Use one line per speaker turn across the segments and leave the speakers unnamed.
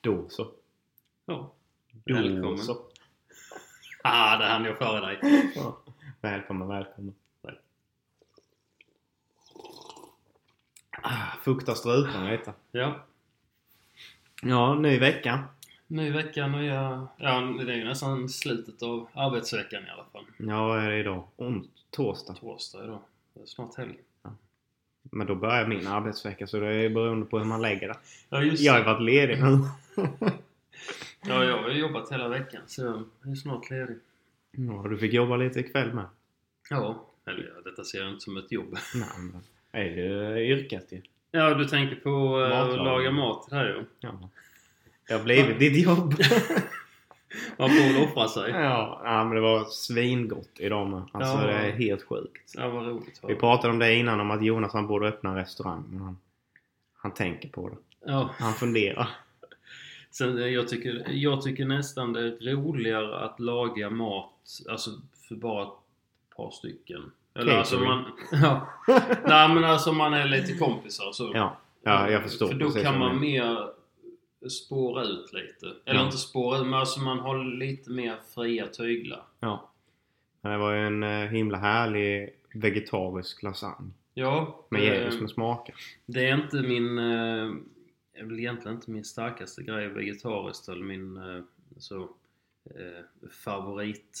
Då så.
Ja.
Då
Välkommen.
så.
Ah, det hann jag före dig.
Ja. Välkommen, välkommen. Tack. Ah, Fukta strupen lite.
Ja.
Ja, ny vecka.
Ny vecka, nya... Ja, det är ju nästan slutet av arbetsveckan i alla fall.
Ja, vad är det idag? Ont, torsdag.
Torsdag idag. Det är snart helg.
Men då börjar min arbetsvecka så det är beroende på hur man lägger det.
Ja, just
Jag har ju
det.
varit ledig nu.
Ja, jag har ju jobbat hela veckan så jag är snart ledig.
Ja, du fick jobba lite ikväll med.
Ja. Eller ja, detta ser jag inte som ett jobb.
Nej, men det är ju yrket ju.
Ja, du tänker på eh, att
Matlagning.
laga mat där ju.
Ja. Det har blivit ditt jobb.
Man får väl offra sig.
ja, ja, men det var svingott idag med. Alltså
Ja.
det är helt sjukt.
Ja, vad roligt.
Vi pratade om det innan om att Jonas han borde öppna en restaurang. Men han, han tänker på det.
Ja.
Han funderar.
Sen, eh, jag, tycker, jag tycker nästan det är roligare att laga mat alltså, för bara ett par stycken. Eller alltså
Catering.
man... Ja. Nej men alltså man är lite kompisar så.
Ja, ja jag förstår.
För då
precis
kan
vad du
man
menar.
mer spåra ut lite. Eller
Ja.
inte spåra ut, men alltså man har lite mer fria tyglar.
Ja. Men det var ju en eh, himla härlig vegetarisk lasagne.
Ja.
Med
eh,
Jesus med smaker.
Det är inte min... eh, är väl egentligen inte min starkaste grej vegetariskt eller min eh, så, eh,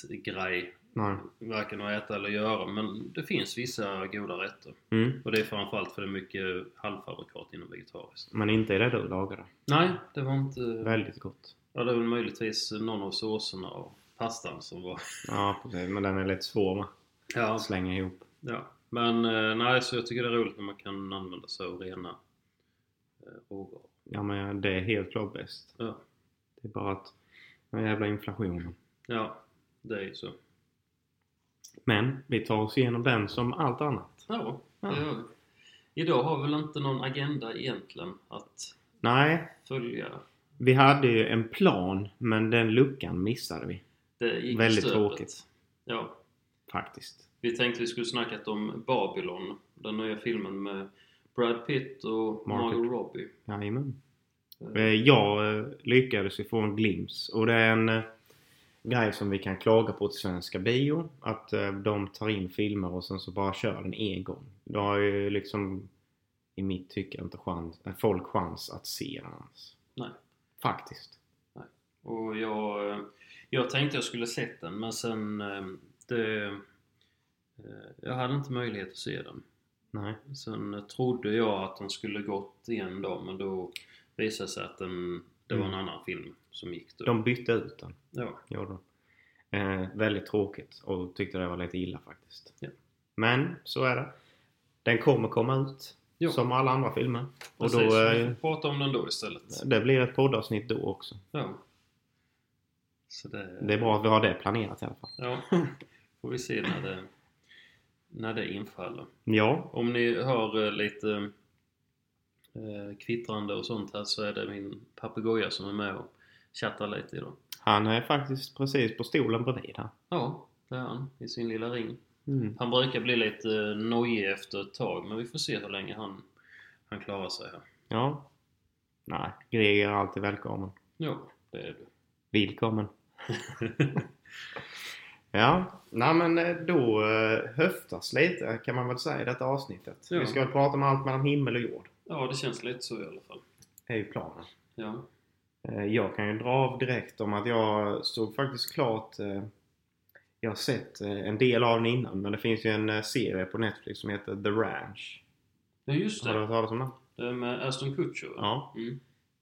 favoritgrej.
Nej.
Varken att äta eller göra men det finns vissa goda rätter.
Mm.
Och det är framförallt för det är mycket halvfabrikat inom vegetariskt.
Men inte i det du lagade.
Nej, det var inte...
Väldigt gott.
Ja, det var väl möjligtvis någon av såserna och pastan som var...
Ja, precis. Men den är lite svår med.
Ja.
Att slänga ihop.
ja. Men eh, nej, så jag tycker det är roligt när man kan använda sig av rena eh, råvaror.
Ja, men det är helt klart bäst.
Ja.
Det är bara att... Den jävla inflationen.
ja, det är ju så.
Men vi tar oss igenom den som allt annat.
Ja,
Ja.
det gör vi. Idag har vi väl inte någon agenda egentligen att
Nej,
följa.
vi hade ju en plan men den luckan missade vi
Det gick i
Väldigt
stöpet.
tråkigt.
Ja,
faktiskt.
vi tänkte vi skulle snackat om Babylon, den nya filmen med Brad Pitt
Margot.
och Margot Robbie.
Jajamän.
Mm.
Eh, Jag eh, lyckades ju få en glims och det är en eh, grej som vi kan klaga på till svenska bio. Att eh, de tar in filmer och sen så bara kör den en gång. Då har ju liksom i mitt tycke inte chans, eh, folk chans att se den ens.
Nej.
Faktiskt.
Och jag, eh, jag tänkte jag skulle sett den men sen eh, det, eh, jag hade inte möjlighet att se den.
Nej.
Sen trodde jag att den skulle gått igen då men då visade det sig att den, det var en
Mm.
annan film som gick då.
De bytte ut den.
Ja.
gjorde de. Eh, väldigt tråkigt och tyckte det var lite illa faktiskt.
Ja.
Men så är det. Den kommer komma ut.
Jo.
Som alla andra filmer. Och
Precis,
då,
vi
eh,
får prata om den då istället.
det blir ett poddavsnitt då också.
Ja. Så det,
Det är bra att vi har det planerat i alla fall.
Ja. Får vi se när det, när det infaller.
Ja,
Om ni hör eh, lite eh, kvittrande och sånt här så är det min papegoja som är med och chattar lite idag.
han är faktiskt precis på stolen bredvid här.
Ja, det är han i sin lilla ring.
Mm.
Han brukar bli lite eh, nojig efter ett tag men vi får se hur länge han, han klarar sig här.
Ja. Nej, Greger är alltid välkommen.
Ja, det är du.
Välkommen. Ja, nej men eh, då eh, höftas lite kan man väl säga i detta avsnittet.
Ja.
Vi ska väl prata om allt mellan himmel och jord.
ja, det känns lite så i alla fall.
Det är ju planen.
Ja.
Eh, Jag kan ju dra av direkt om att jag såg faktiskt klart eh, Jag har sett eh, en del av den innan men det finns ju en eh, serie på Netflix som heter The Ranch.
Ja, just
Har du
det.
hört talas om den?
Det är med Aston Kutcher va?
Ja.
Mm.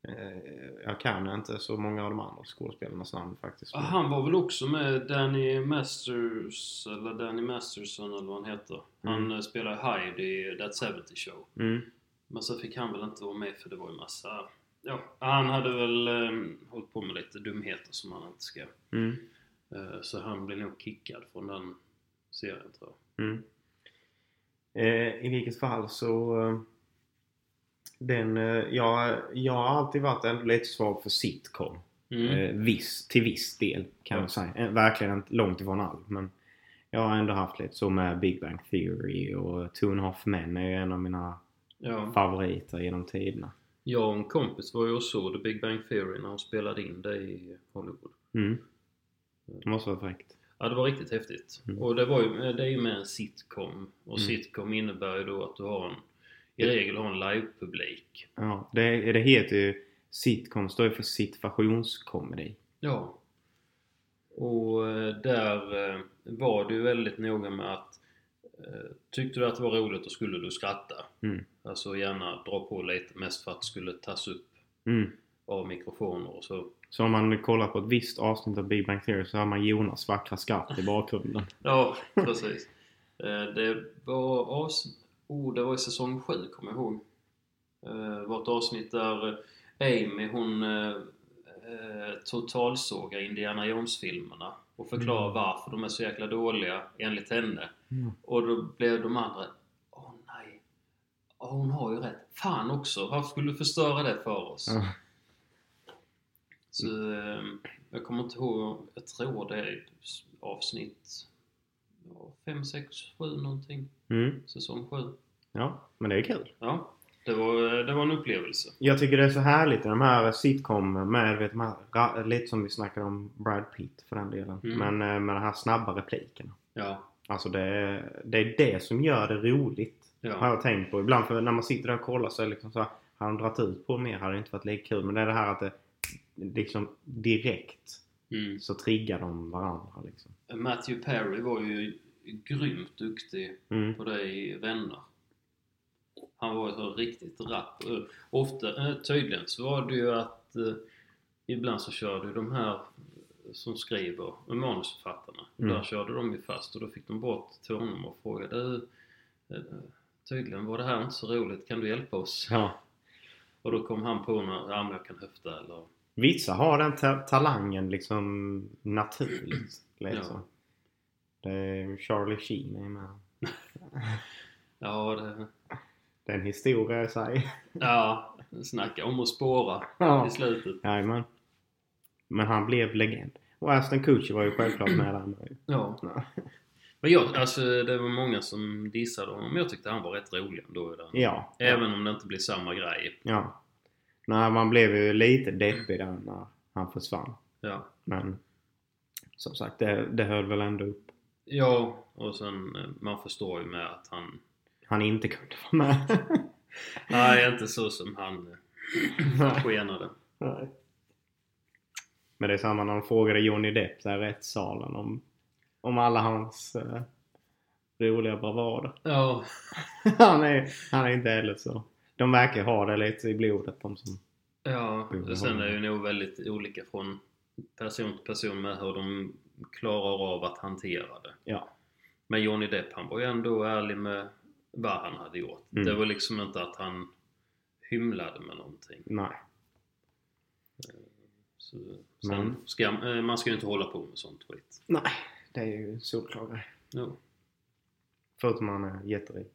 Eh, Jag kan inte så många av de andra skådespelarnas namn faktiskt.
Ja, Han var väl också med Danny Masters, eller Danny Masterson eller vad han heter. Han
Mm.
mm. spelar Hyde i That 70 Show.
Mm.
Men så fick han väl inte vara med för det var ju massa... Ja, han hade väl eh, hållit på med lite dumheter som han inte ska...
Mm.
Eh, så han blev nog kickad från den serien tror jag.
Mm. Eh, I vilket fall så... Eh, den, eh, jag, jag har alltid varit ändå lite svag för sitcom.
Mm.
Eh, viss, till viss del kan
Ja.
jag säga. Eh, Verkligen inte långt ifrån all. Men jag har ändå haft lite så med Big Bang Theory och Two and a Half Men är ju en av mina
Ja.
favoriter genom tiderna.
Jag och en kompis var ju och såg The Big Bang Theory när hon spelade in det i Hollywood.
Mm. Det måste vara fräckt.
Ja, det var riktigt häftigt.
Mm.
Och det, var ju, det är ju med en sitcom. Och
Mm.
sitcom innebär ju då att du har en, i regel har en live-publik.
Ja, det, det heter ju sitcom, står ju för situationskomedi.
Ja. Och eh, där eh, var du väldigt noga med att eh, tyckte du att det var roligt då skulle du skratta.
Mm.
Alltså gärna dra på lite mest för att det skulle tas upp
Mm.
av mikrofoner och så.
Så om man kollar på ett visst avsnitt av Big Bang Theory så hör man Jonas vackra skratt i bakgrunden.
Ja, precis. Eh, det var avsnitt... Oh, det var i säsong 7 kommer jag ihåg. Eh, Det var ett avsnitt där eh, Amy hon eh, eh, totalsågar Indiana Jones-filmerna och förklarar
Mm.
varför de är så jäkla dåliga enligt henne. Och då blev de andra Åh nej, Åh, hon har ju rätt. Fan också, varför skulle du förstöra det för oss?
Ja.
Så ehm, jag kommer inte ihåg, jag tror det är avsnitt 5, 6, 7 någonting.
Mm.
Säsong 7.
Ja, men det är kul.
Ja, det var, det var en upplevelse.
Jag tycker det är så härligt i de här sitcom med, vet, de här, ra- lite som vi snackade om Brad Pitt för den delen.
Mm.
Men eh, med de här snabba replikerna.
Ja,
Alltså det, är- det är det som gör det roligt. Har
ja,
jag tänkt på. Ibland för när man sitter där och kollar så är det liksom så här, Hade de dragit ut på mer hade det inte varit lika kul. Men det är det här att det liksom direkt
mm.
så triggar de varandra liksom.
Matthew Perry var ju grymt duktig
Mm.
på det i Vänner. Han var ju så riktigt rapp. Eh, Ofta, eh, tydligen så var det ju att eh, ibland så körde ju de här som skriver, eh, manusförfattarna,
Mm.
där körde de ju fast och då fick de bort till honom och frågade "Du, eh, Tydligen var det här inte så roligt, kan du hjälpa oss?
Ja.
Och då kom han på några, ja men jag kan höfta eller...
Vissa har den ta- talangen liksom naturligt. Liksom. Det är Charlie Sheen är med.
Ja, det,
Det är en historia i sig.
ja, snacka om att spåra
Ja.
i slutet.
Jajamän. Men han blev legend. Och Aston Kutcher var ju självklart med där.
Ja. Men jag, alltså det var många som dissade honom, men jag tyckte han var rätt rolig ändå i den.
Ja.
Även om det inte blir samma grej.
Ja. Nej, man blev ju lite deppig där när han försvann.
Ja.
Men som sagt, det, det höll väl ändå upp.
Ja, och sen eh, man förstår ju med att han...
Han inte kunde vara med.
Nej, inte så som han eh, skenade.
Nej. Men det är samma när de frågade Johnny Depp där i rättssalen om, om alla hans eh, roliga bravader.
Ja,
han, är, han är inte heller så. De verkar ha det lite i blodet de som...
ja. Mm.
Jo, det
Och sen
har
är det
han.
ju nog väldigt olika från person till person med hur de klarar av att hantera det.
Ja.
Men Johnny Depp, han var ju ändå ärlig med vad han hade gjort.
Mm.
Det var liksom inte att han hymlade med någonting.
Nej.
Eh, Så, sen
Men-
ska, eh, man ska ju inte hålla på med sånt skit.
Nej, det är ju solklart.
No.
Förutom han är jätterik.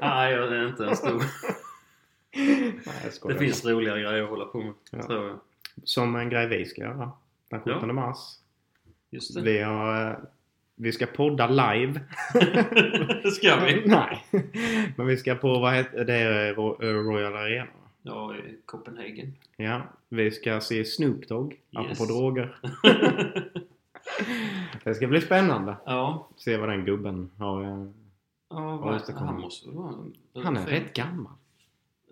Nej, jag är inte en stor...
Nej, jag skojar.
Det finns roligare grejer att hålla på med,
Ja.
tror jag.
Som en grej vi ska göra. Den 17 mars.
Just det.
Vi, har, eh, vi ska podda live.
det ska vi.
Nej. Men vi ska på, vad heter det, är Ro- eh, Royal Arena. va?
Ja, i Copenhagen.
Ja, vi ska se Snoop Dogg, apropå
Yes.
droger. Det ska bli spännande.
ja.
Se vad den gubben har.
Mm,
eh,
ja
Ja,
vad,
just det, kommer.
han måste väl vara... en-
Han är
fem-
rätt gammal.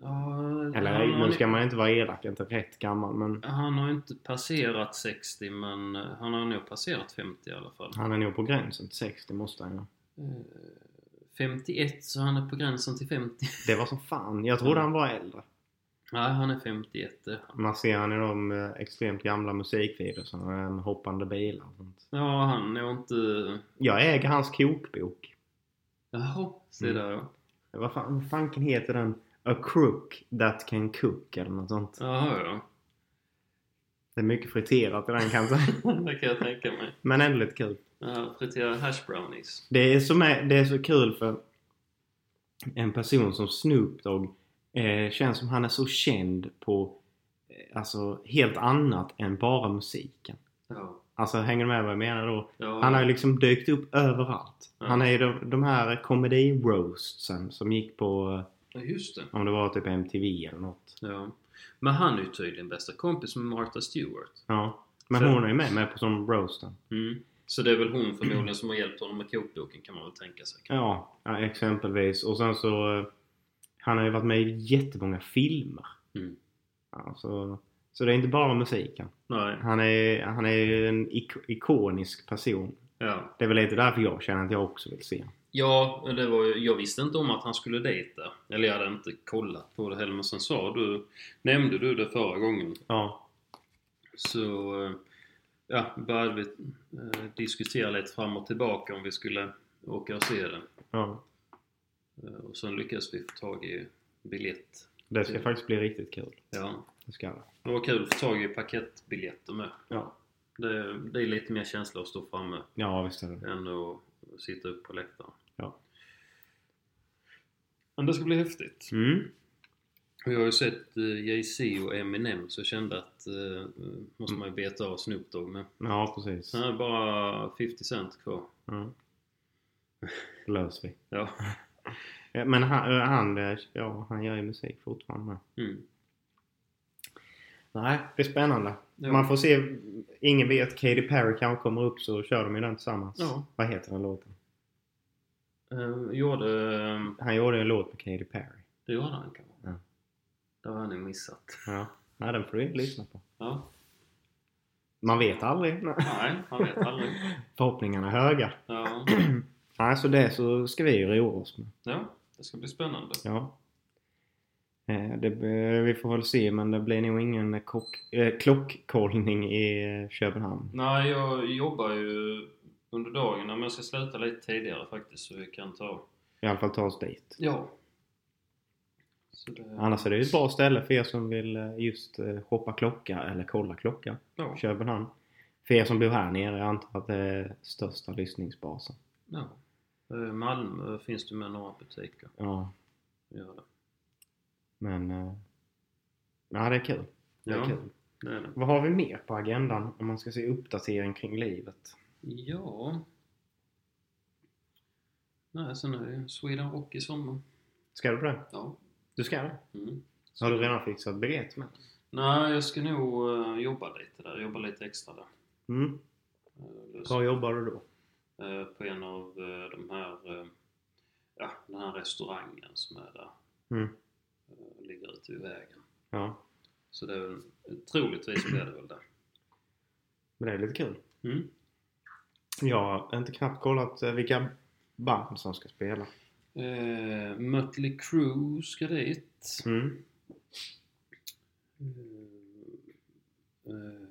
Ja,
Eller
han, har,
nu ska man inte vara elak, inte rätt gammal men
han har ju inte passerat 60, men eh, han har nog passerat 50 i alla fall.
han är nog på gränsen till 60 måste han ju.
Eh, 51, så han är på gränsen till 50.
Det var som fan. Jag trodde
Ja.
han var äldre.
Nej, han är 51. det är han.
Man ser han i de eh, extremt gamla musikvideorna med hoppande bilar och sånt.
Ja, han är nog inte...
Jag äger hans kokbok.
Jaha, se
Mm.
där ja.
Vad fan, vad fanken heter den? A crook that can cook eller något sånt.
Jaha
Det är mycket friterat i den kan jag säga.
ja, det kan jag tänka mig.
Men ändå lite kul.
Ja, friterade hash brownies.
Det är, som är, det är så kul för en person som Snoop Dogg eh, känns som han är så känd på eh, alltså helt annat än bara musiken.
Ja.
Alltså hänger du med vad jag menar då?
ja.
Han har ju liksom dykt upp överallt.
Ja.
Han är ju de, de här comedy roastsen som gick på eh,
Ja, just det.
Om det var typ MTV eller något.
Ja. Men han är ju tydligen bästa kompis med Martha Stewart.
Ja. Men
Så-
hon är ju med, med på som roasten.
Mm. Så det är väl hon förmodligen som har hjälpt honom med kokboken kan man väl tänka sig.
Ja, ja, exempelvis. Och sen så... eh, Han har ju varit med i jättemånga filmer.
Mm.
Ja, så, så det är inte bara musiken.
Nej.
Han är, han är ju en ik- ikonisk person.
Ja.
Det är väl lite därför jag känner att jag också vill se honom.
Ja, det var ju, jag visste inte om att han skulle dejta. Eller jag hade inte kollat på det heller. Men sen sa du, nämnde du det förra gången.
Ja.
Så eh, ja, började vi eh, diskutera lite fram och tillbaka om vi skulle åka och se det.
ja.
Eh, och sen lyckades vi få tag i biljett.
Det ska
Mm.
faktiskt bli riktigt kul.
Ja.
Det ska det.
Det var kul att få tag i paketbiljetter med.
Ja.
Det, det är lite mer känsla att stå framme
Ja, visst är det.
än att sitta upp på läktaren.
Ja.
Men det ska bli häftigt.
Mm.
Jag har ju sett eh, Jay-Z och Eminem så jag kände att eh, måste man ju beta av Snoop Dogg men
Ja, precis.
sen är det bara 50 Cent kvar.
Mm. Det löser vi.
Ja.
Ja, Men han, eh, han, eh, ja, han gör ju musik fortfarande med.
Mm.
Nej, det är spännande.
Ja.
Man får se. Ingen vet. Katy Perry kanske kommer upp så kör de ju den tillsammans.
Ja.
Vad heter den låten?
Eh, gjorde... eh,
Han gjorde ju en låt med Katy Perry.
Det gjorde han kanske.
Ja.
Det har jag nog missat.
Ja. Nej, den får du inte lyssna på.
Ja.
Man vet aldrig. Nej.
Nej, man vet aldrig.
Förhoppningarna är höga.
Ja.
Nej, så det så ska vi ju roa oss med.
ja, det ska bli spännande.
Ja. Eh, Det, eh, vi får väl se, men det blir nog ingen kock, eh, klockkollning i eh, Köpenhamn.
Nej, jag jobbar ju under dagarna men jag ska sluta lite tidigare faktiskt så vi kan ta...
I alla fall ta oss dit.
Ja. Så det...
Annars är det ju ett bra ställe för er som vill eh, just eh, shoppa klocka eller kolla klocka.
Ja.
Köpenhamn. För er som bor här nere, jag antar att det är största lyssningsbasen.
ja. Eh, Malmö finns det med några butiker.
Ja,
Gör det.
men... eh, Nej, det är kul. Det är
Ja.
kul.
det är det.
Vad har vi mer på agendan om man ska se uppdatering kring livet?
Ja. Nej, sen är det ju Sweden Rock i sommar.
Ska du på det?
Ja.
Du ska det?
Mm.
Har du redan fixat biljett med?
Nej, jag ska nog eh, jobba lite där. Jobba lite extra där.
Mm.
Eh, det är så-
Bra jobbar du då?
eh, på en av eh, de här, eh, ja, den här restaurangen som är där.
Mm.
eh, Ligger ute vid vägen.
Ja.
Så det är väl, troligtvis blir det väl där.
Men det är lite kul.
Mm.
Jag har inte knappt kollat eh, vilka band som ska spela.
Eh, Mötley Crüe ska dit.
Mm.
Eh, eh,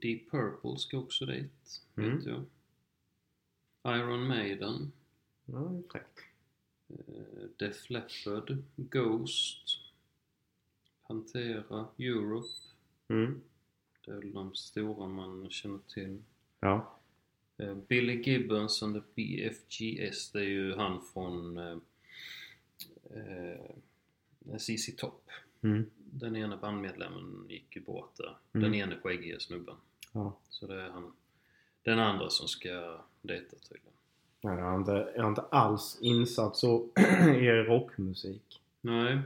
Deep Purple ska också dit.
Mm.
Vet jag. Iron Maiden.
Ja, det är fräckt.
Eh, Def Leppard. Ghost. Pantera. Europe.
Mm.
Det är väl de stora man känner till.
Ja.
Eh, Billy Gibbons and the BFGS, det är ju han från eh, eh, ZZ Top.
Mm.
Den ena bandmedlemmen gick ju bort där.
Mm.
Den ene skäggige snubben.
Ja.
Så det är han. Den andra som ska dejta tydligen.
Nej, jag, har inte, jag har inte alls insatt så i rockmusik.
Nej,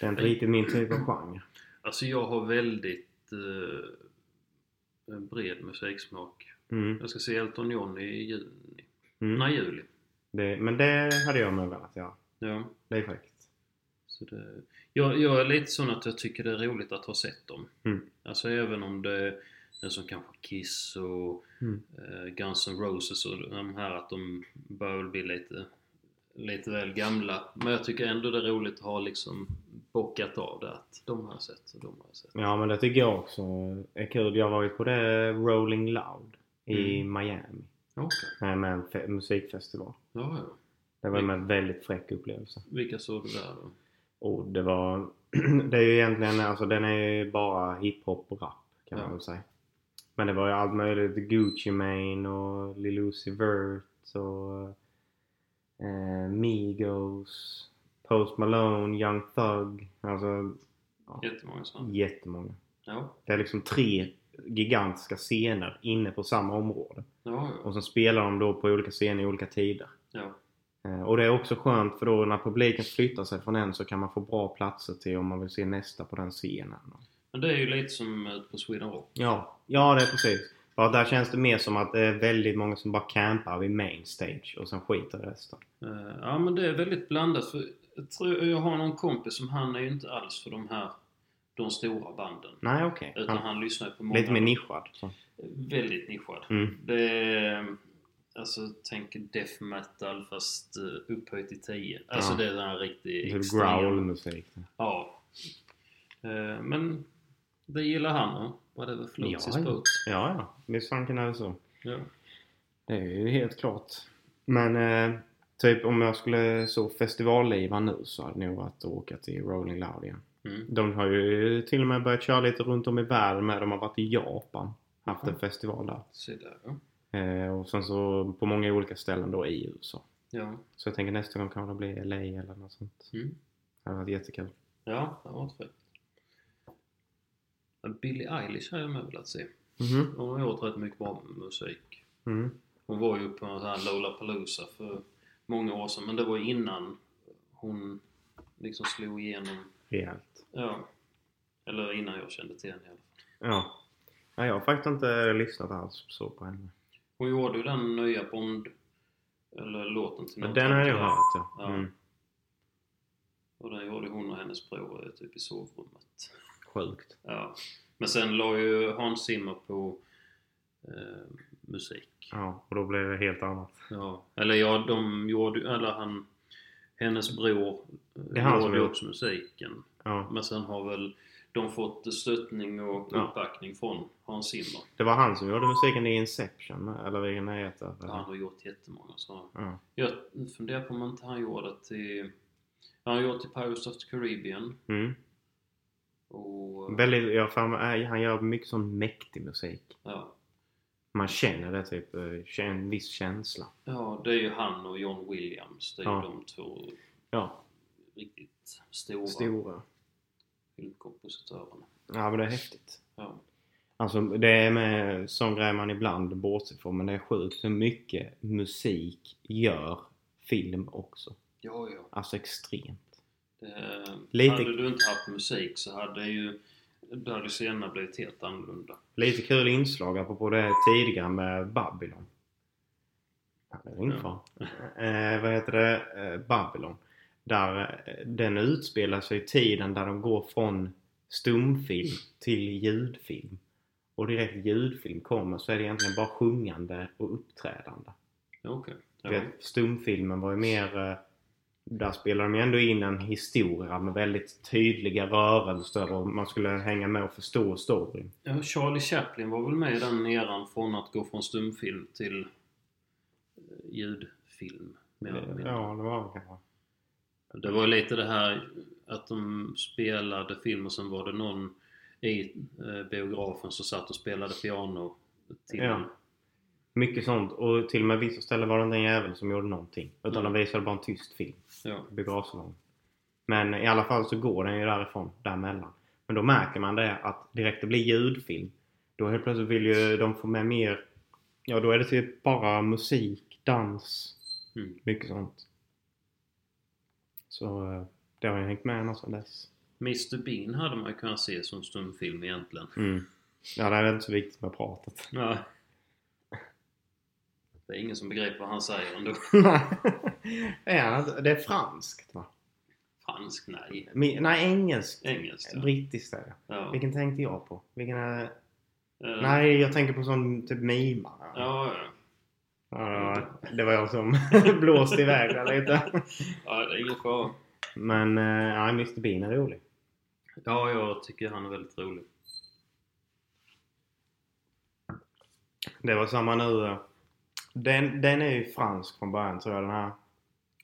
Det är inte riktigt min typ av genre.
alltså jag har väldigt eh, en bred musiksmak.
Mm.
Jag ska se Elton John i juni.
Mm.
Nej, juli.
Det, men det hade jag med velat göra.
Ja.
Det är fräckt.
Så det, jag, jag är lite sån att jag tycker det är roligt att ha sett dem.
Mm.
Alltså även om det är den som kanske Kiss och
Mm.
eh, Guns N' Roses och de här att de börjar väl bli lite, lite väl gamla. Men jag tycker ändå det är roligt att ha liksom bockat av det att de har jag sett och de har jag sett.
Ja, men det tycker jag också är kul. Jag var ju på det Rolling Loud i
Mm.
Miami.
Okej.
Nej, men en fe- musikfestival.
Ja, ja.
Det var
Mm.
en väldigt fräck upplevelse.
Vilka såg du där då?
Och det var... det är ju egentligen, alltså den är ju bara hiphop och rap kan
Ja.
man väl säga. Men det var ju allt möjligt. Gucci Mane och Lil Uzi Vert och eh, Migos, Post Malone, Young Thug. Alltså
Jättemånga såna.
jättemånga.
Ja.
Det är liksom tre gigantiska scener inne på samma område.
Ja, ja.
Och sen spelar de då på olika scener i olika tider.
ja.
Eh, Och det är också skönt för då när publiken flyttar sig från en så kan man få bra platser till om man vill se nästa på den scenen.
Men det är ju lite som eh, ute på Sweden Rock.
Ja, ja det är precis. För att där känns det mer som att det är väldigt många som bara campar vid main stage och sen skiter i resten.
Eh, Ja men det är väldigt blandat för jag, tror, jag har någon kompis som han är ju inte alls för de här de stora banden.
Nej, okej.
Utan
Han-
han lyssnar ju på många.
Lite mer nischad. Så.
Väldigt nischad.
Mm.
Det är, alltså tänk death metal fast eh, upphöjt till 10. Alltså
Ja.
det är den här riktigt
Typ growl-musik.
Ja. Eh, Men det gillar han och whatever floats his boat.
ja, ja. Visst fan kan det vara så.
Ja.
Det är ju helt klart. Men eh, typ om jag skulle så festivalliva nu så hade det nog varit att åka till Rolling Loud igen.
Mm.
De har ju till och med börjat köra lite runt om i världen med. De har varit i Japan. Haft en
Mhm.
festival där.
Se där ja.
Eh, och sen så på många olika ställen då i USA.
Ja.
Så jag tänker nästa gång kan det bli LA eller något sånt.
Mm.
Det hade varit jättekul.
Ja, det var inte fräckt. Men Billie Eilish har jag med velat se.
Mhm.
Hon har gjort rätt mycket bra musik.
Mm.
Hon var ju på den här Lollapalooza för många år sedan. Men det var innan hon liksom slog igenom.
Rejält.
Ja. Eller innan jag kände till henne i alla fall.
Ja. Nej, jag har faktiskt inte lyssnat alls så på henne.
Hon gjorde ju den nya Bond... Eller låten till
Men
något
den har jag
annat.
hört ja.
Ja.
Mm.
Och den gjorde hon och hennes bror eh, typ i sovrummet.
Sjukt.
Ja. Men sen la ju Hans Zimmer på eh, musik.
Ja, och då blev det helt annat.
Ja. Eller ja, de gjorde ju... Eller han... Hennes bror eh,
Det är han som
gjorde ju
gjort.
också musiken.
Ja.
Men sen har väl de fått stöttning och
Ja.
uppbackning från Hans Zimmer.
Det var han som gjorde musiken i Inception, eller vilken det heter.
Ja. Han har gjort jättemånga sådana.
Ja.
Jag funderar på om inte han gjorde till... Han har gjort till Pirates of the Caribbean
Mm.
och...
Väldigt, jag har för mig- äh, han gör mycket sån mäktig musik.
Ja.
Man känner det typ, eh, kän- en viss känsla.
ja, det är ju han och John Williams. Det är ju
Ja.
de två
Ja,
riktigt stora
stora.
filmkompositörerna.
Ja men det är häftigt.
Ja.
Alltså det är med sån grej man ibland bortser från men det är sjukt hur mycket musik gör film också.
ja, ja.
Alltså extremt.
Det...
Lite-
Eh, Hade du inte haft musik så hade ju... Det hade ju senare blivit helt annorlunda.
Lite kul inslag apropå det tidigare med Babylon. Ja, det är ingen fara. Eh, vad heter det? Eh, Babylon. Där eh, den utspelar sig i tiden där de går från stumfilm till ljudfilm. Och direkt ljudfilm kommer så är det egentligen bara sjungande och uppträdande.
Ja, Okej.
Du
Ja.
vet, stumfilmen var ju mer... eh, Där spelade de ju ändå in en historia med väldigt tydliga rörelser och man skulle hänga med och förstå storyn.
Ja, Charlie Chaplin var väl med i den eran från att gå från stumfilm till eh, ljudfilm. mer eller mindre.
Eh, Ja, det var det kanske.
Det var lite det här att de spelade film och sen var det någon i eh, biografen som satt och spelade piano till
Ja. Mycket sånt. Och till och med vissa ställen var det inte en jävel som gjorde någonting. Utan
Mm.
de visade bara en tyst film.
Ja.
Biografsalong. Men i alla fall så går den ju därifrån, däremellan. Men då märker man det att direkt det blir ljudfilm. Då helt plötsligt vill ju de få med mer... Ja, då är det typ bara musik, dans,
Mm.
mycket sånt. Så eh, det har jag hängt med ända sedan dess.
Mr Bean hade man ju kunnat se som stumfilm egentligen.
Ja, det är inte så viktigt med pratet.
Ja. Det är ingen som begriper vad han säger ändå.
Är han inte- det är franskt va?
Fransk? Nej.
Mi- Nej, engelskt.
Engelskt? Ja.
Brittiskt är det.
Ja.
Vilken tänkte jag på? Vilken är...
Eh,
Nej, jag tänker på sån typ mimare.
Ja, ja.
Ja, det var- det var jag som blåste iväg där lite.
ja, det är ingen fara.
Men eh, ja, Mr Bean är rolig.
Ja, jag tycker han är väldigt rolig.
Det var samma nu. eh, Den, den är ju fransk från början tror jag. Den här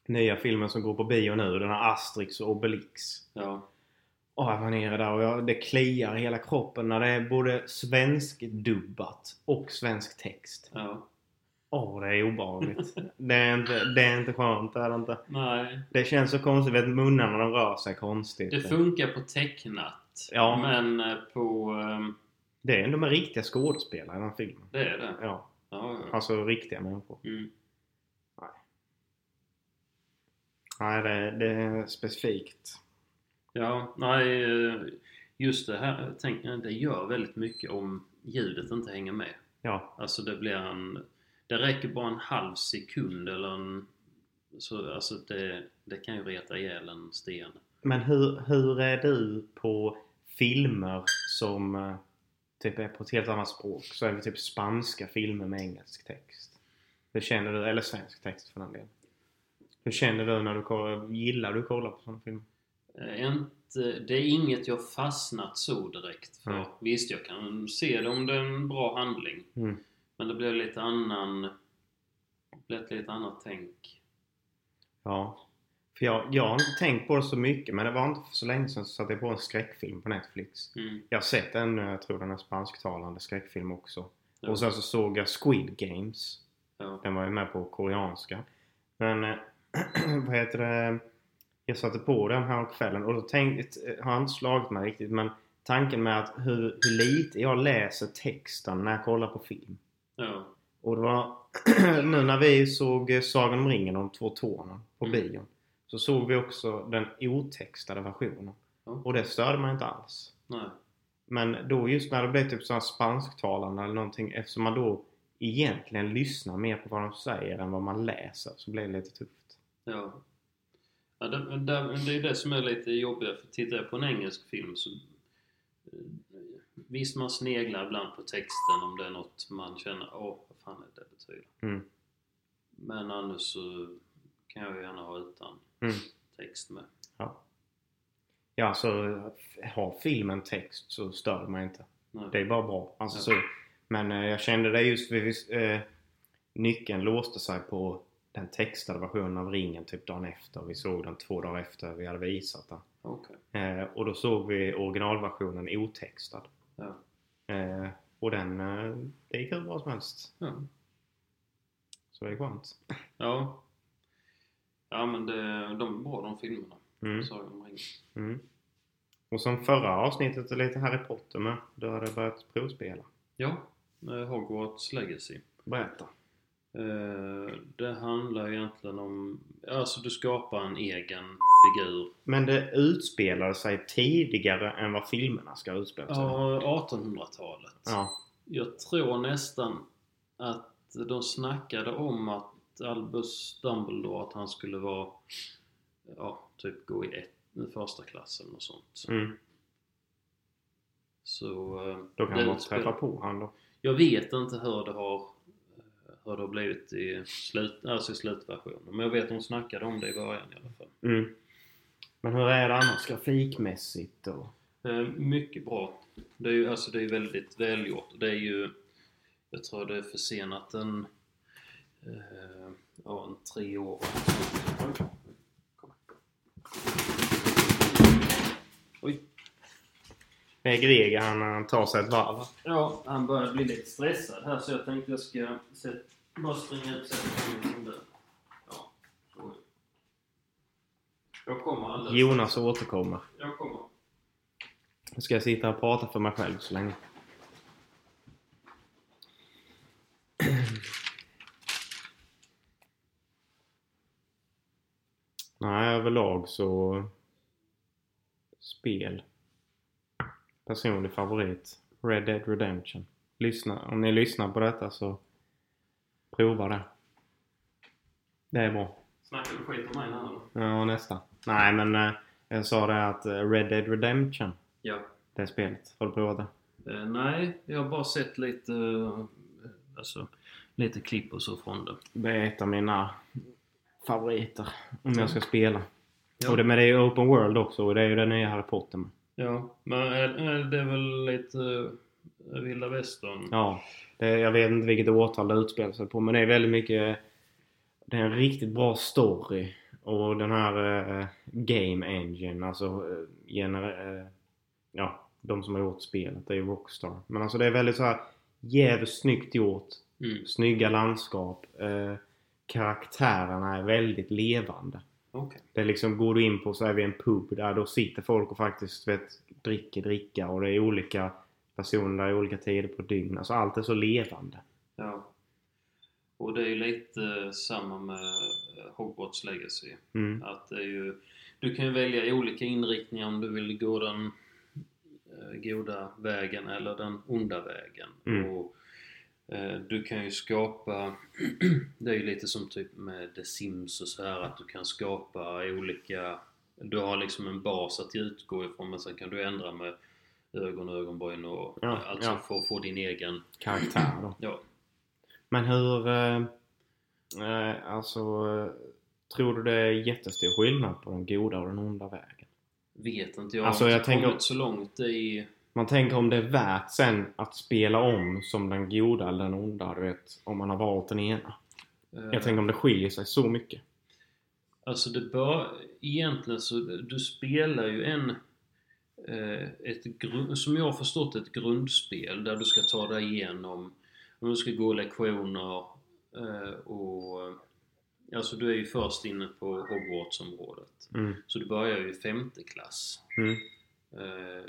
nya filmen som går på bio nu. Den här Asterix och Obelix.
Ja.
Åh, jag var nere där och jag, det kliar i hela kroppen när det är både svenskdubbat och svensk text.
ja.
Åh, oh, det är obehagligt. det, är inte, det är inte skönt, det är det inte.
Nej.
Det känns så konstigt, vet munnarna de rör sig konstigt.
Det funkar på tecknat.
Ja.
Men eh, på... ehm,
Det är ändå med riktiga skådespelare i den här filmen.
Det är det.
Ja,
Ja, Mm. ja.
alltså riktiga människor.
Mm.
Nej. Nej, det, det är specifikt.
Ja, nej, eh, just det här. Tänk, det gör väldigt mycket om ljudet inte hänger med.
Ja,
Alltså det blir en... Det räcker bara en halv sekund eller en... Så, alltså det, det kan ju reta ihjäl en sten.
men hur, hur är du på filmer som eh, typ är på ett helt annat språk? Så är det typ spanska filmer med engelsk text. Hur känner du, eller svensk text för den delen. Hur känner du när du kollar, gillar du att kolla på sådana filmer?
Eh, Inte, det är inget jag fastnat så direkt för.
Nej.
Visst, jag kan se det om det är en bra handling.
Mm.
Men det blir lite annan... Det blir ett lite annat tänk.
Ja. För jag, jag har inte tänkt på det så mycket men det var inte för så länge sedan så satte jag på en skräckfilm på Netflix.
Mm.
Jag har sett en, jag tror den är spansktalande skräckfilm också.
Ja.
Och sen så såg jag Squid Games.
Ja.
Den var ju med på koreanska. Men eh, vad heter det? Jag satte på den här kvällen och då tänkte, har inte slagit mig riktigt men tanken med att hur, hur lite jag läser texten när jag kollar på film.
ja.
Och det var nu när vi såg eh, Sagan om ringen och de två tårna på
Mm.
bion. Så såg vi också den otextade versionen.
Ja.
Och det störde man inte alls.
Nej.
Men då just när det blev typ sådana spansktalande eller någonting eftersom man då egentligen lyssnar mer på vad de säger än vad man läser så blir det lite tufft.
Ja. ja det, det, det är det som är lite jobbigt. För tittar jag på en engelsk film så... eh, Visst, man sneglar ibland på texten om det är något man känner åh, vad fan är det det betyder?
Mm.
Men annars så kan jag ju gärna ha utan
Mm.
text med.
Ja. ja, så har filmen text så stör man inte.
Nej.
Det är bara bra. Alltså,
Ja.
så. Men eh, jag kände det just vid eh, nyckeln låste sig på den textade versionen av ringen typ dagen efter. Vi såg den två dagar efter vi hade visat den.
Okej.
Eh, och då såg vi originalversionen otextad.
Ja.
Eh, och den, eh, det gick hur bra som helst.
Ja.
Så det är skönt.
ja. Ja men det, de är bra de filmerna.
Mm.
Sagan om ringen.
Mm. Och som förra avsnittet, lite Harry Potter med. Då hade jag börjat provspela.
Ja. eh, Hogwarts Legacy.
Berätta.
Eh, Det handlar egentligen om... Alltså du skapar en egen figur.
Men det utspelade sig tidigare än vad filmerna ska utspela sig.
Ja, 1800-talet.
Ja.
Jag tror nästan att de snackade om att Albus Dumbledore, att han skulle vara... Ja, typ gå i ett, i första klassen och sånt.
Mm.
Så... eh,
Då kan
det
man
utspel-
träffa på han då.
Jag vet inte hur det har, hur det har blivit i, slut, alltså i slutversionen. Men jag vet att de snackade om det i början i alla fall.
Mm. Men hur är det annars grafikmässigt då?
Eh, Mycket bra. Det är ju alltså det är väldigt välgjort. Det är ju, jag tror det är försenat en, eh, ja, en tre år. Oj. Kom. Oj.
Det är Greger han, han tar sig ett varv.
Ja, han börjar bli lite stressad här så jag tänkte jag ska sätt, bara springa ut och sätta mig som där. Ja, oj. Jag kommer alldeles.
Jonas återkommer.
Jag kommer.
Nu ska jag sitta här och prata för mig själv så länge. Nej, överlag så... Spel. Personlig favorit. Red Dead Redemption. Lyssna, om ni lyssnar på detta så prova det. Det är bra.
Snackar du skit om mig nu eller?
Ja, nästa. Nej, men eh, jag sa det att eh, Red Dead Redemption,
Ja.
det spelet. Har du provat det?
Eh, nej, jag har bara sett lite, eh, alltså, lite klipp och så från det.
Det är ett av mina favoriter om jag ska spela.
Ja.
Och det, men det är ju open world också och det är ju den nya Harry Potter med.
Ja, men eh, det är väl lite eh, vilda västern?
Ja, det, jag vet inte vilket årtal det utspelar sig på men det är väldigt mycket... Det är en riktigt bra story. Och den här eh, Game Engine, alltså eh, gener, eh, Ja, de som har gjort spelet, det är ju Rockstar. Men alltså det är väldigt så här jävligt snyggt gjort.
Mm.
Snygga landskap. Eh, karaktärerna är väldigt levande.
Okej.
Det liksom går du in på så är vi en pub där då sitter folk och faktiskt vet, dricker dricka och det är olika personer där i olika tider på dygn. Alltså allt är så levande.
Ja. Och det är lite eh, samma med Hogwarts Legacy.
Mm.
Att det är ju, du kan ju välja olika inriktningar om du vill gå den eh, goda vägen eller den onda vägen.
Mm.
Och, eh, du kan ju skapa, det är ju lite som typ med The Sims och så här att du kan skapa olika, du har liksom en bas att utgå ifrån men sen kan du ändra med ögon, ögonbryn och
Ja,
alltså
ja.
få, få din egen,
Karaktär då.
ja.
Men hur... Eh, eh, alltså... eh, Tror du det är jättestor skillnad på den goda och den onda vägen?
Vet inte, jag har
Alltså,
inte
jag tänker-
kommit så långt i... eh,
Man tänker om det är värt sen att spela om som den goda eller den onda, du vet. Om man har valt den ena.
eh,
Jag tänker om det skiljer sig så mycket.
Alltså det bör... Egentligen så, du spelar ju en... eh, Ett, gru- som jag har förstått ett grundspel där du ska ta dig igenom... Om du ska gå lektioner eh, och... Alltså du är ju först inne på Hogwartsområdet.
Mm.
Så du börjar ju i femte klass.
Mm.
Eh,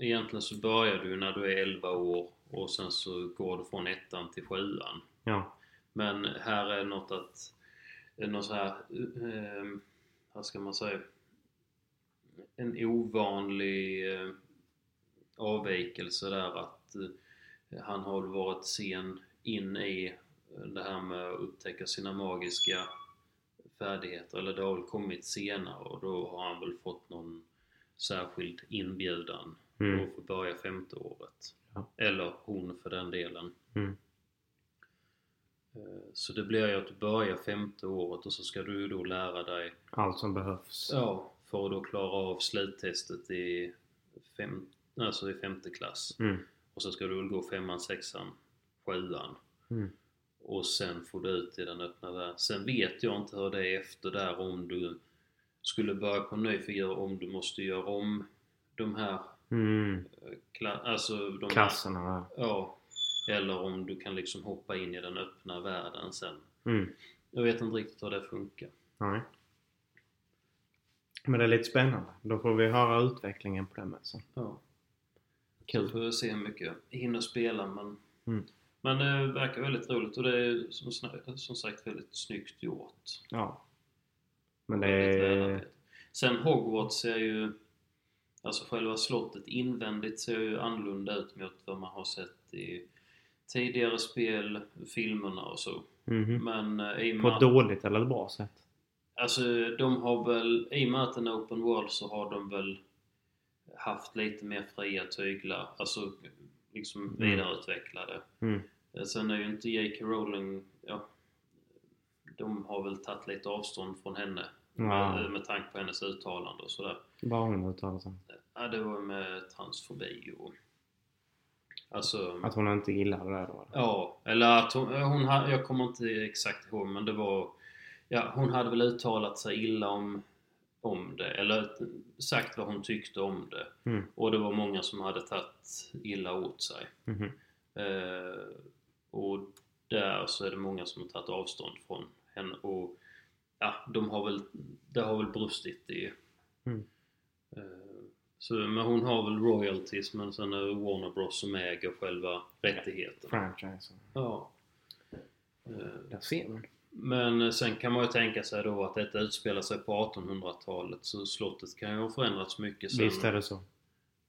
Egentligen så börjar du när du är 11 år och sen så går du från ettan till sjuan.
Ja.
Men här är något att... Något så här... Eh, vad ska man säga? En ovanlig eh, avvikelse där att eh, han har varit sen in i det här med att upptäcka sina magiska färdigheter. Eller det har väl kommit senare och då har han väl fått någon särskild inbjudan
Mm.
och får börja femte året.
Ja.
Eller hon för den delen.
Mm.
Eh, Så det blir ju att du börjar femte året och så ska du ju då lära dig
Allt som behövs.
ja, för att då klara av sluttestet i, fem, alltså i femte klass.
Mm.
Och så ska du väl gå femman, sexan, sjuan.
Mm.
Och sen får du ut i den öppna världen. Sen vet jag inte hur det är efter där om du skulle börja på en ny figur, om du måste göra om de här
Mm.
eh, kla- alltså de här
Klasserna där.
Ja. Eller om du kan liksom hoppa in i den öppna världen sen.
Mm.
Jag vet inte riktigt hur det funkar.
Nej. Men det är lite spännande. Då får vi höra utvecklingen på alltså. det med sen.
Ja. Så
Kul.
får vi se hur mycket jag hinner spela men...
Mm.
Men det verkar väldigt roligt och det är som, sna- som sagt väldigt snyggt gjort.
Ja. Men det
Väldigt
är...
välarbetat. Sen Hogwarts ser ju... Alltså själva slottet invändigt ser ju annorlunda ut mot vad man har sett i tidigare spel, filmerna och så.
Mhm.
Men eh, i
På
och med
ett
att-
dåligt eller ett bra sätt.
Alltså de har väl, i och med att den är open world så har de väl haft lite mer fria tyglar, alltså liksom
Mm.
vidareutvecklade.
Mm.
Eh, Sen är ju inte J.K. Rowling, ja, de har väl tagit lite avstånd från henne
Ja.
med, med tanke på hennes uttalande och sådär.
Vad har hon uttalat sig om?
Ja, det var med transfobi och... Alltså...
Att hon inte gillar det där då? eller?
Ja, eller att hon, eh, hon ha- jag kommer inte exakt ihåg men det var, ja hon hade väl uttalat sig illa om, om det, eller sagt vad hon tyckte om det.
Mm.
Och det var många som hade tagit illa åt sig.
Mhm.
Eh, och där så är det många som har tagit avstånd från henne och ja, de har väl, det har väl brustit i
Mm.
eh, så, men hon har väl royalties men sen är det Warner Bros som äger själva rättigheten.
Franchisen.
Ja. Eh,
Där ser man.
Men sen kan man ju tänka sig då att detta utspelar sig på 1800-talet så slottet kan ju ha förändrats mycket sen.
Visst är det så.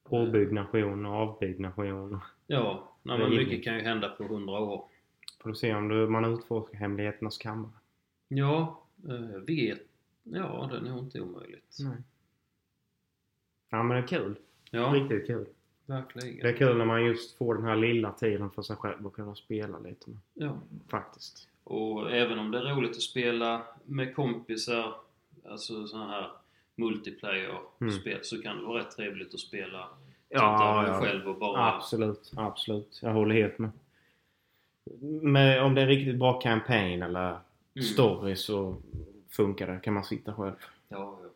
Påbyggnation och avbyggnation.
Ja, nej, men mycket kan ju hända på 100 år.
Får du se om du, man utforskar hemligheternas kammare.
Ja, eh, vet... Ja, det är nog inte omöjligt.
Nej. Ja men det är kul.
Ja,
Riktigt kul. Det
verkligen.
är kul när man just får den här lilla tiden för sig själv och kunna spela lite med.
Ja.
Faktiskt.
Och även om det är roligt att spela med kompisar, alltså sådana här multiplayer-spel,
Mm.
så kan det vara rätt trevligt att spela utan själv och bara...
Absolut, absolut. Jag håller helt med. Men om det är riktigt bra campaign eller story så funkar det. Kan man sitta själv.
Ja, ja.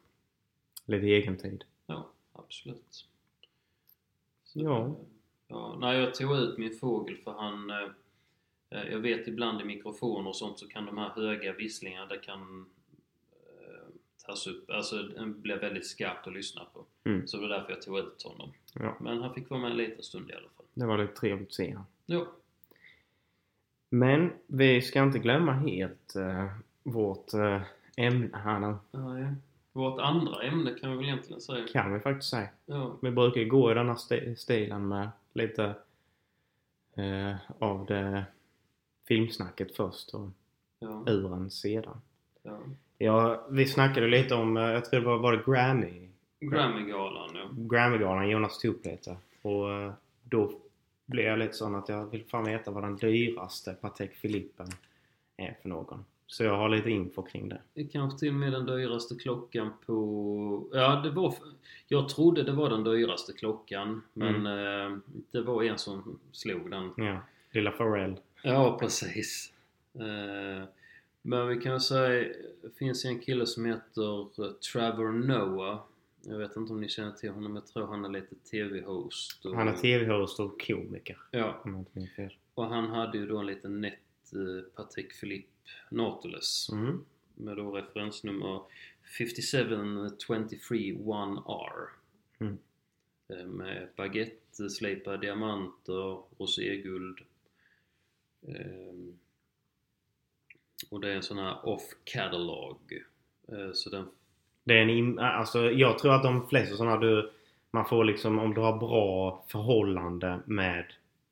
Lite egen tid.
Ja, absolut. Så,
Ja.
ja. När jag tog ut min fågel för han... eh, eh, Jag vet ibland i mikrofoner och sånt så kan de här höga visslingarna, det kan eh, tas upp, alltså den blir väldigt skarpt att lyssna på.
Mm.
Så det var därför jag tog ut honom.
Ja,
Men han fick vara med en liten stund i alla fall.
det var lite trevligt att se.
Ja,
Men vi ska inte glömma helt eh, vårt eh, ämne här nu.
Nej. Vårt andra ämne kan vi väl egentligen säga.
Kan vi faktiskt säga.
Ja.
Vi brukar ju gå i den här sti- stilen med lite eh, av det filmsnacket först och
Ja.
uren sedan.
ja.
Mm. Ja, vi snackade lite om, eh, jag tror det var, var det Grammy?
Grammygalan ja.
Grammygalan Jonas tog upp lite. Och eh, då blev jag lite sån att jag vill fan veta vad den dyraste Patek Philippen är för någon. Så jag har lite info kring det.
Det är Kanske till och med den dyraste klockan på... Ja, det var... Jag trodde det var den dyraste klockan men
Mm.
eh, det var en som slog den.
Ja, lilla Pharrell.
Ja, precis. Eh, men vi kan säga, det finns en kille som heter eh, Trevor Noah. Jag vet inte om ni känner till honom, jag tror han är lite TV-host. och-
Han är TV-host och komiker.
Ja,
Om jag inte minns fel.
och han hade ju då en liten nätt eh, Patek Philippe Nautilus.
Mm.
med då referensnummer 57231R.
Mm.
Eh, Med baguette, slipade diamanter, roséguld. Ehm, Och det är en sån här off-catalog. Eh, Så den...
Det är en im- alltså, jag tror att de flesta sådana du... Man får liksom, om du har bra förhållande med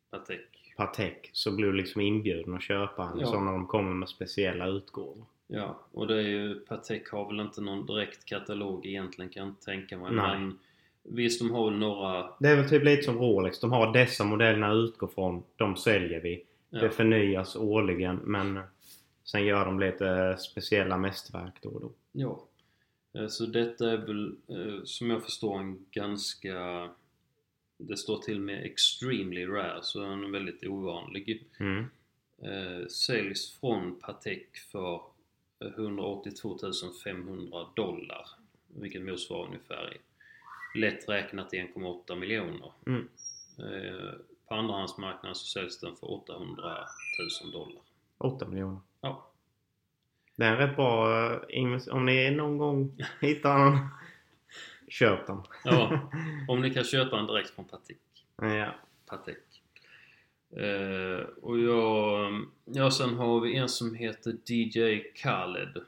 Patek.
Patek så blir du liksom inbjuden att köpa en
Ja.
sån när de kommer med speciella utgåvor.
Ja, och det är ju... Patek har väl inte någon direkt katalog egentligen kan jag inte tänka mig.
Nej.
Men visst, de har väl några...
Det är väl typ lite som Rolex. De har dessa modellerna att utgå från. De säljer vi.
Ja,
Det förnyas årligen men sen gör de lite eh, speciella mästerverk då och då.
Ja. Eh, Så detta är väl, eh, som jag förstår, en ganska... Det står till och med extremely rare, så den är väldigt ovanlig.
Mm.
Eh, Säljs från Patek för eh, 182 500 dollar, vilket motsvarar ungefär i- lätt räknat 1,8 miljoner.
Mm.
Eh, På andrahandsmarknaden så säljs den för 800 000 dollar.
8 miljoner.
Ja.
Det är en rätt bra eh, invest- Om ni någon gång hittar någon. Köp den.
ja, om ni kan köpa den direkt från Patek.
Ja.
Patek. Eh, och jag, ja, sen har vi en som heter DJ Khaled.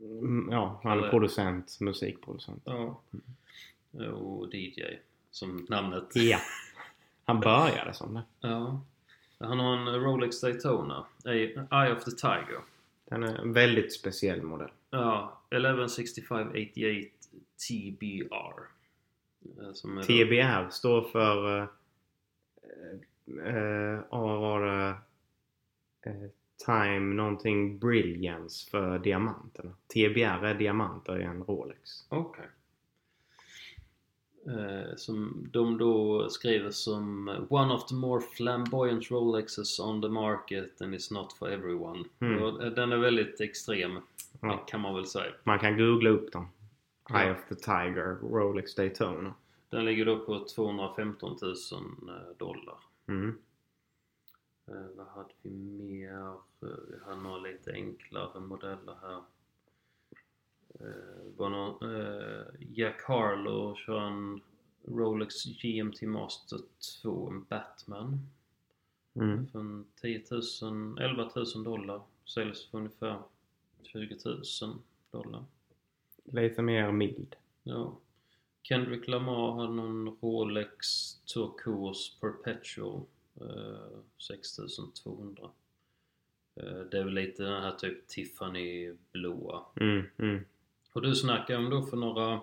Mm, ja, han är
Eller-
producent. Musikproducent.
Ja. Mm. Och DJ, som namnet.
Ja. Han började som det.
Ja. Han har en Rolex Daytona, Eye Eye of the Tiger.
Den är en väldigt speciell modell.
Ja, 116588 TBR. Eh, Som är då,
TBR står för... eh, eh, vad var det? Eh, time någonting brilliance för diamanterna. TBR är diamanter i en Rolex.
Okej. Eh, Som de då skriver som One of the more flamboyant Rolexes on the market and it's not for everyone.
Mm.
Och, eh, Den är väldigt extrem
Ja.
kan man väl säga.
Man kan googla upp dem.
Ja.
Eye of the Tiger, Rolex Daytona.
Den ligger då på 215 000 eh, dollar.
Mm.
Eh, vad hade vi mer? Eh, Vi hade några lite enklare modeller här. Eh, var någon, eh, Jack Harlow kör en Rolex GMT Master 2, en Batman.
Mm.
För en 10 000, 11 000 dollar. Säljs för ungefär 20 000 dollar.
Lite mer mild.
Ja. Kendrick Lamar hade någon Rolex Turquoise Perpetual eh, 6200. Eh, det är väl lite den här typ Tiffany blåa.
Mm. Mm.
Och du snackade om då för några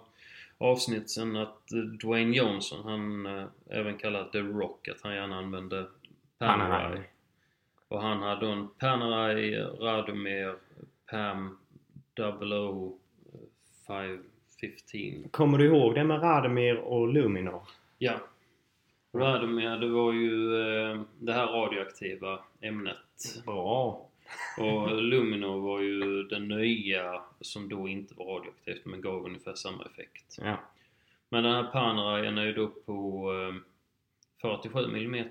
avsnitt sedan att eh, Dwayne Johnson, han eh, även kallad The Rock, att han gärna använde Panerai.
Panerai.
Och han hade då en Panerai Radomir Pam eh, 00515
Kommer du ihåg det med Rademir och Luminor?
Ja. Radomir, det var ju eh, det här radioaktiva ämnet.
Bra.
Och Luminor var ju det nya som då inte var radioaktivt men gav ungefär samma effekt.
Ja.
Men den här Panerai är ju då på eh, 47 mm.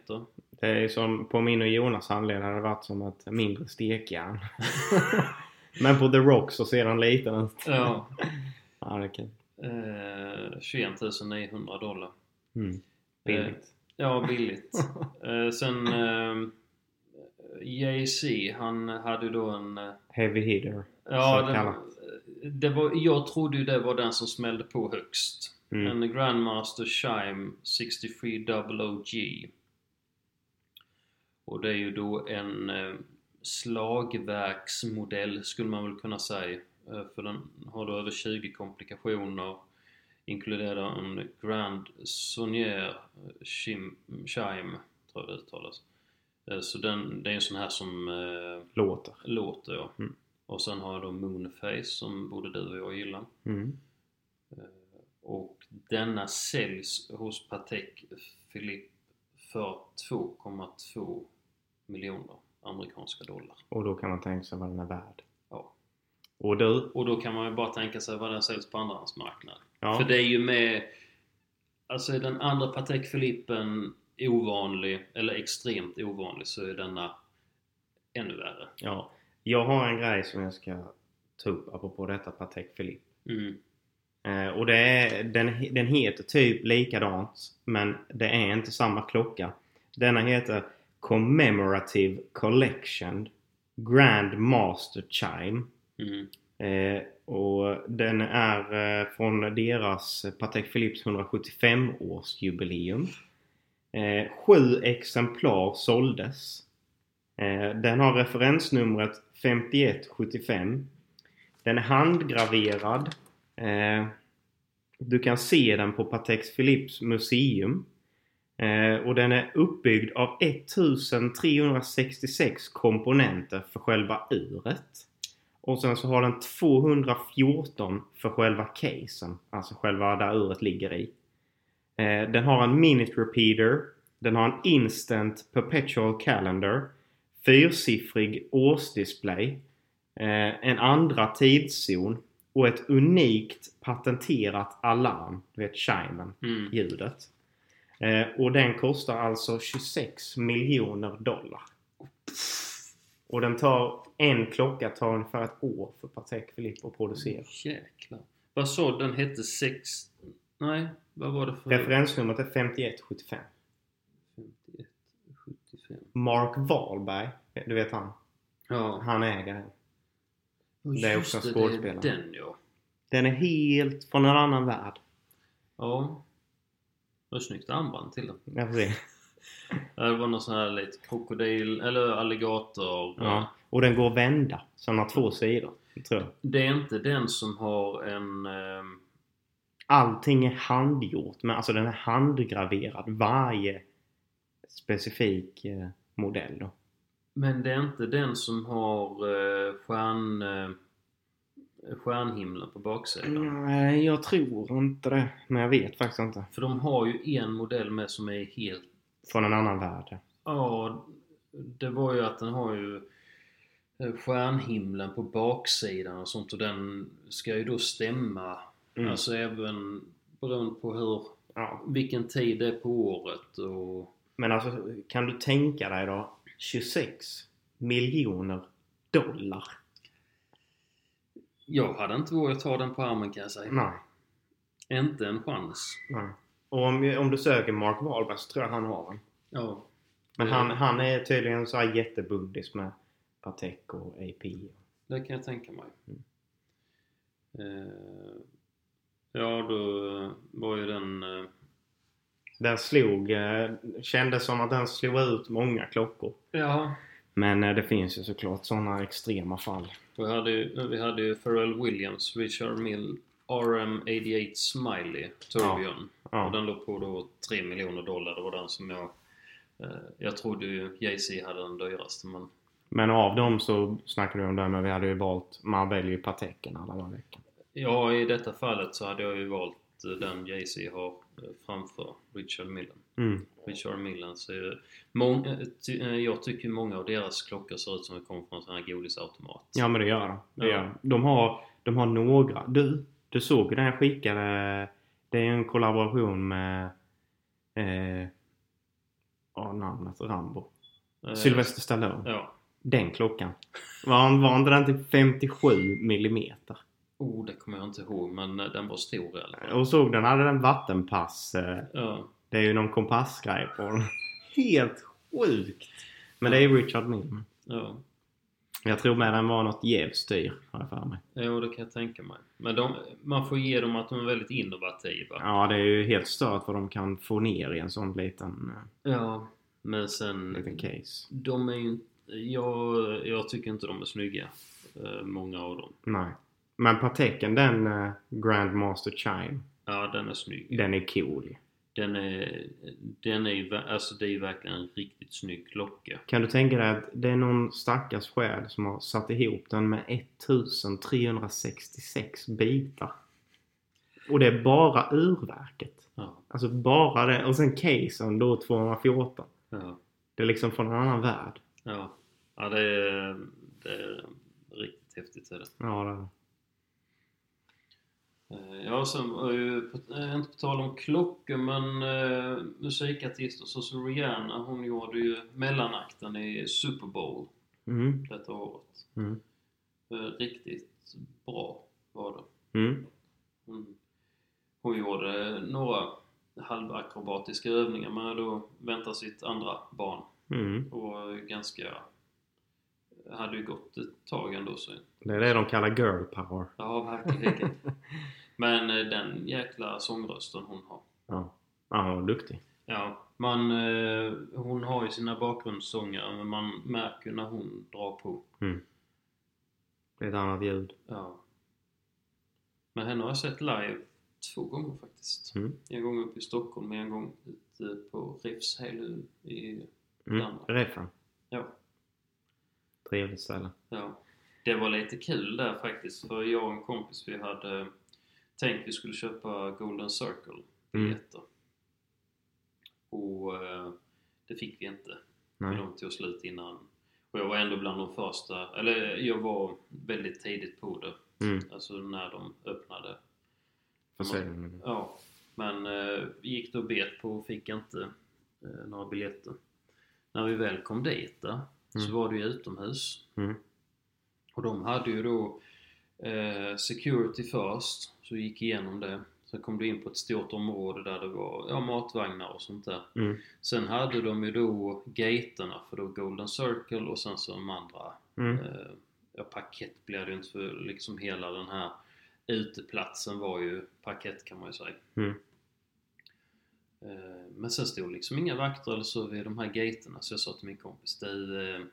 Det är som på min och Jonas handled hade det varit som ett mindre stekjärn. Men på The Rock så ser han liten ut.
Ja.
Ja, det är kul.
Eh, 21 900 dollar.
Mm. Billigt.
Ja, billigt. eh, sen eh, Jay-Z, han hade ju då en... eh,
Heavy hitter.
Ja,
så
det,
kallat.
det var, jag trodde ju det var den som smällde på högst.
Mm.
En Grandmaster Chime 6300G. Och det är ju då en eh, slagverksmodell skulle man väl kunna säga. Eh, För den har då över 20 komplikationer. Inkluderar en Grand Sonier Chim- Chime, tror jag det uttalas. Eh, Så den, det är en sån här som eh,
Låter.
låter ja.
Mm.
Och sen har jag då Moonface som både du och jag gillar. Eh,
Mm.
Och denna säljs hos Patek Philippe för 2,2 miljoner amerikanska dollar.
Och då kan man tänka sig vad den är värd.
Ja.
Och du?
Och då kan man ju bara tänka sig vad den säljs på andrahandsmarknaden.
Ja.
För det är ju med... Alltså är den andra Patek Philippen ovanlig, eller extremt ovanlig, så är denna ännu värre.
ja. Jag har en grej som jag ska ta upp apropå detta Patek Philippe.
Mm.
Eh, och det är, den, den heter typ likadant men det är inte samma klocka. Denna heter Commemorative Collection Grand Master Chime.
Mm.
Eh, och den är eh, från deras Patek Philips 175-årsjubileum. Eh, sju exemplar såldes. Eh, den har referensnumret 5175. Den är handgraverad. Eh, du kan se den på Patek Philips museum. Eh, och den är uppbyggd av 1366 komponenter för själva uret. Och sen så har den 214 för själva casen, alltså själva där uret ligger i. Eh, den har en minute repeater, den har en instant perpetual calendar, fyrsiffrig årsdisplay, eh, en andra tidszon och ett unikt patenterat alarm, du vet chimen,
Mm.
ljudet. Eh, och den kostar alltså 26 miljoner dollar. Och den tar, en klocka tar ungefär ett år för Patek Philippe att producera.
Jäklar. Vad sa du? Den hette sex... Nej, vad var det för...
Referensnumret är 5175.
51, 75.
Mark Wahlberg, du vet han,
Ja.
han äger den.
Och
Det är
just
också en
det, det är
skådespelare.
Den ja.
Den är helt från en annan värld.
Ja. Det var snyggt armband till den.
Jag får se.
Ja, Det var någon sån här lite krokodil eller alligator.
Ja. Och den går att vända, så den har två sidor. Tror jag.
Det är inte den som har en... ehm,
Allting är handgjort, men alltså den är handgraverad. Varje specifik eh, modell då.
Men det är inte den som har eh, stjärn... eh, Stjärnhimlen på baksidan.
Mm. Nej, jag tror inte det. Men jag vet faktiskt inte.
För de har ju en modell med som är helt
Från en annan värld.
Ja, det var ju att den har ju eh, stjärnhimlen på baksidan och sånt och den ska ju då stämma.
Mm.
Alltså även beroende på hur,
Ja.
vilken tid det är på året och...
Men alltså, kan du tänka dig då 26 miljoner dollar?
Jag hade inte vågat ta den på armen kan jag säga.
Nej.
Inte en chans.
nej. Och om, om du söker Mark Wahlberg så tror jag han har den.
Ja.
Men
Mm.
han, han är tydligen så här jättebuddis med Patek och AP.
Det kan jag tänka mig.
Mm.
Eh, ja, då var ju den... Eh,
Den slog... Eh, kändes som att den slog ut många klockor.
ja,
Men eh, det finns ju såklart sådana extrema fall.
Vi hade, ju, vi hade ju Pharrell Williams, Richard Mill, RM88 Smiley, Turbion. Och
Ja.
den låg på då 3 miljoner dollar. Det var den som jag... Eh, jag trodde ju Jay-Z hade den dyraste men...
Men av dem så snackar du om det, men vi hade ju valt... Man väljer ju Pateken alla de veckorna.
Ja, i detta fallet så hade jag ju valt eh, den Jay-Z har eh, framför Richard Millen.
Mm.
Richard Millen så är det... Mång, eh, ty, eh, jag tycker många av deras klockor ser ut som att de kommer från en sån här godisautomat.
Ja men det gör de. Det
Ja.
gör de. De, har, de har några. Du, du såg ju den jag skickade. Det är ju en kollaboration med... Eh, ja, namnet Rambo.
Eh,
Sylvester Stallone.
Ja.
Den klockan. Var, var inte den typ 57 millimeter?
Oh, det kommer jag inte ihåg men eh, den var stor i alla fall.
Och såg den hade den vattenpass. Eh,
Ja.
det är ju någon kompassgrej på den. Helt sjukt! Men det är Richard Millman.
Ja.
Jag tror med den var något djävstyr, har jag för mig.
Jo, det kan jag tänka mig. Men de, man får ge dem att de är väldigt innovativa.
Ja, det är ju helt stört vad de kan få ner i en sån liten, eh,
Ja, men sen...
liten case.
De är ju inte... Jag, jag tycker inte de är snygga. eh, Många av dem.
Nej. Men Pateken, den eh, Grandmaster Chime,
Ja, den är snygg.
den är cool ju.
Den är... Den är ju... ver- Alltså det är ju verkligen en riktigt snygg klocka.
Kan du tänka dig att det är någon stackars själ som har satt ihop den med 1366 bitar? Och det är bara urverket.
Ja.
Alltså bara det. Och sen casen då 214.
Ja.
Det är liksom från en annan värld.
Ja. Ja, det är... Det är riktigt häftigt är det.
Ja, det är det.
Eh, Ja, sen var ju, på- eh, inte på tal om klockor, men eh, musikartister såsom Rihanna, hon gjorde ju mellanakten i Super Bowl
Mm.
detta året.
Mm.
Eh, riktigt bra var det.
Mm.
Hon, hon gjorde några halvakrobatiska övningar, men då väntar sitt andra barn
Mm.
och eh, ganska... eh, Hade ju gått ett tag ändå så
Det är det de kallar girl power.
Ja, verkligen. Men eh, den jäkla sångrösten hon har.
Ja. Ja, han var duktig.
Ja, man, eh, hon har ju sina bakgrundssångare men man märker ju när hon drar på.
Det är ett annat ljud.
Ja. Men henne har jag sett live två gånger faktiskt.
Mm.
En gång uppe i Stockholm och en gång ute på Rivshäll i
Mm.
Danmark.
Refren.
Ja,
Trevligt ställe.
ja. Det var lite kul där faktiskt för jag och en kompis vi hade eh, tänkt vi skulle köpa Golden Circle
Mm.
biljetter. Och eh, det fick vi inte.
Nej.
De tog slut innan. Och jag var ändå bland de första, eller jag var väldigt tidigt på det.
Mm.
Alltså när de öppnade.
Försäljningen.
Ja, men eh, vi gick då bet på och fick inte eh, några biljetter. När vi väl kom dit då, så
Mm.
var det ju utomhus.
Mm.
Och de hade ju då eh, security först, så vi gick igenom det. Sen kom du in på ett stort område där det var ja, matvagnar och sånt där.
Mm.
Sen hade de ju då gaterna för då Golden Circle och sen så de andra
Mm.
eh, ja, parkett blev det ju inte för liksom hela den här uteplatsen var ju parkett kan man ju säga.
Mm.
Eh, Men sen stod liksom inga vakter eller så vid de här gaterna så jag sa till min kompis du, eh,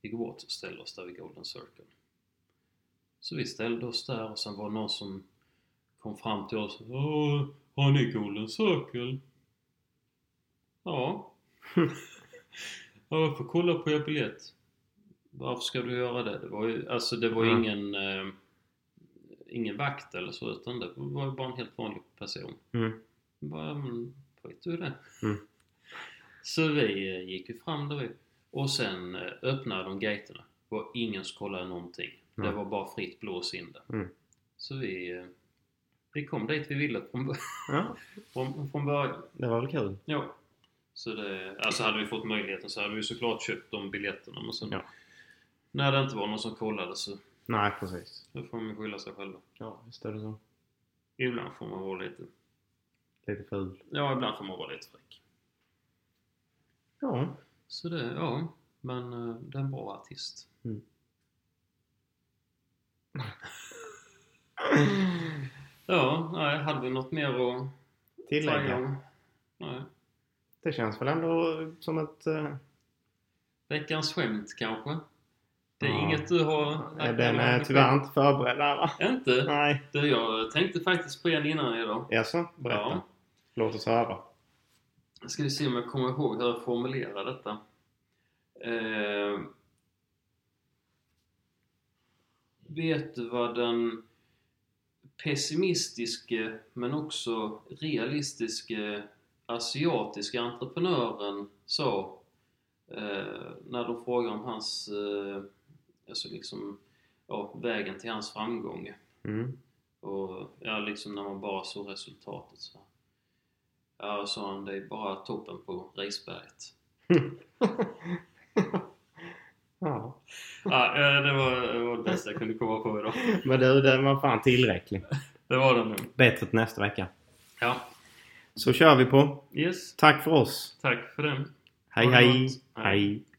vi går bort och ställer oss där vid Golden Circle. Så vi ställde oss där och sen var det någon som kom fram till oss Åh, har ni Golden Circle? Ja. ja, jag får kolla på er biljett. Varför ska du göra det? Det var ju, alltså det var ju
Mm.
ingen, eh, ingen vakt eller så utan det var ju bara en helt vanlig person.
Mm.
Bara, men, skit du i det.
Mm.
Så vi eh, gick ju fram där vi och sen eh, öppnade de gaterna. Det var ingen som kollade någonting.
Nej.
Det var bara fritt blås in där.
Mm.
Så vi, eh, vi kom dit vi ville från, bör-
Ja,
från, från början.
det var väl kul.
Ja. Så det, alltså hade vi fått möjligheten så hade vi såklart köpt de biljetterna men sen
Ja.
när det inte var någon som kollade så
Nej, precis.
då får de ju skylla sig själva.
Ja, visst är det så.
Ibland får man vara lite...
Lite ful.
Ja, ibland får man vara lite fräck.
Ja.
Så det, ja. Men eh, det är en bra artist.
Mm.
Ja, nej, hade vi något mer att säga
Tillägga.
om? Nej.
Det känns väl ändå som ett... eh,
Veckans skämt kanske? Det är
Ja.
inget du har...
Nej, den är tyvärr inte förberedd där va?
Inte?
Nej.
Du, jag tänkte faktiskt på en innan idag.
Jaså? Berätta.
Ja.
Låt oss höra.
Ska vi se om jag kommer ihåg hur jag formulerar detta. Eh, vet du vad den pessimistiske men också realistiske asiatiska entreprenören sa eh, när de frågade om hans, eh, alltså liksom, ja, vägen till hans framgång.
Mm.
Och ja, liksom när man bara såg resultatet så. Ja, sa han, det är bara toppen på risberget.
ja.
Ja, eh, det var, det var det bästa jag kunde komma på idag.
Men du, den var fan tillräcklig.
Det var det nog.
Bättre till nästa vecka.
Ja,
Så kör vi på.
yes.
Tack för oss.
Tack för den.
Hej
Ha det
hej.
gott.
Hej.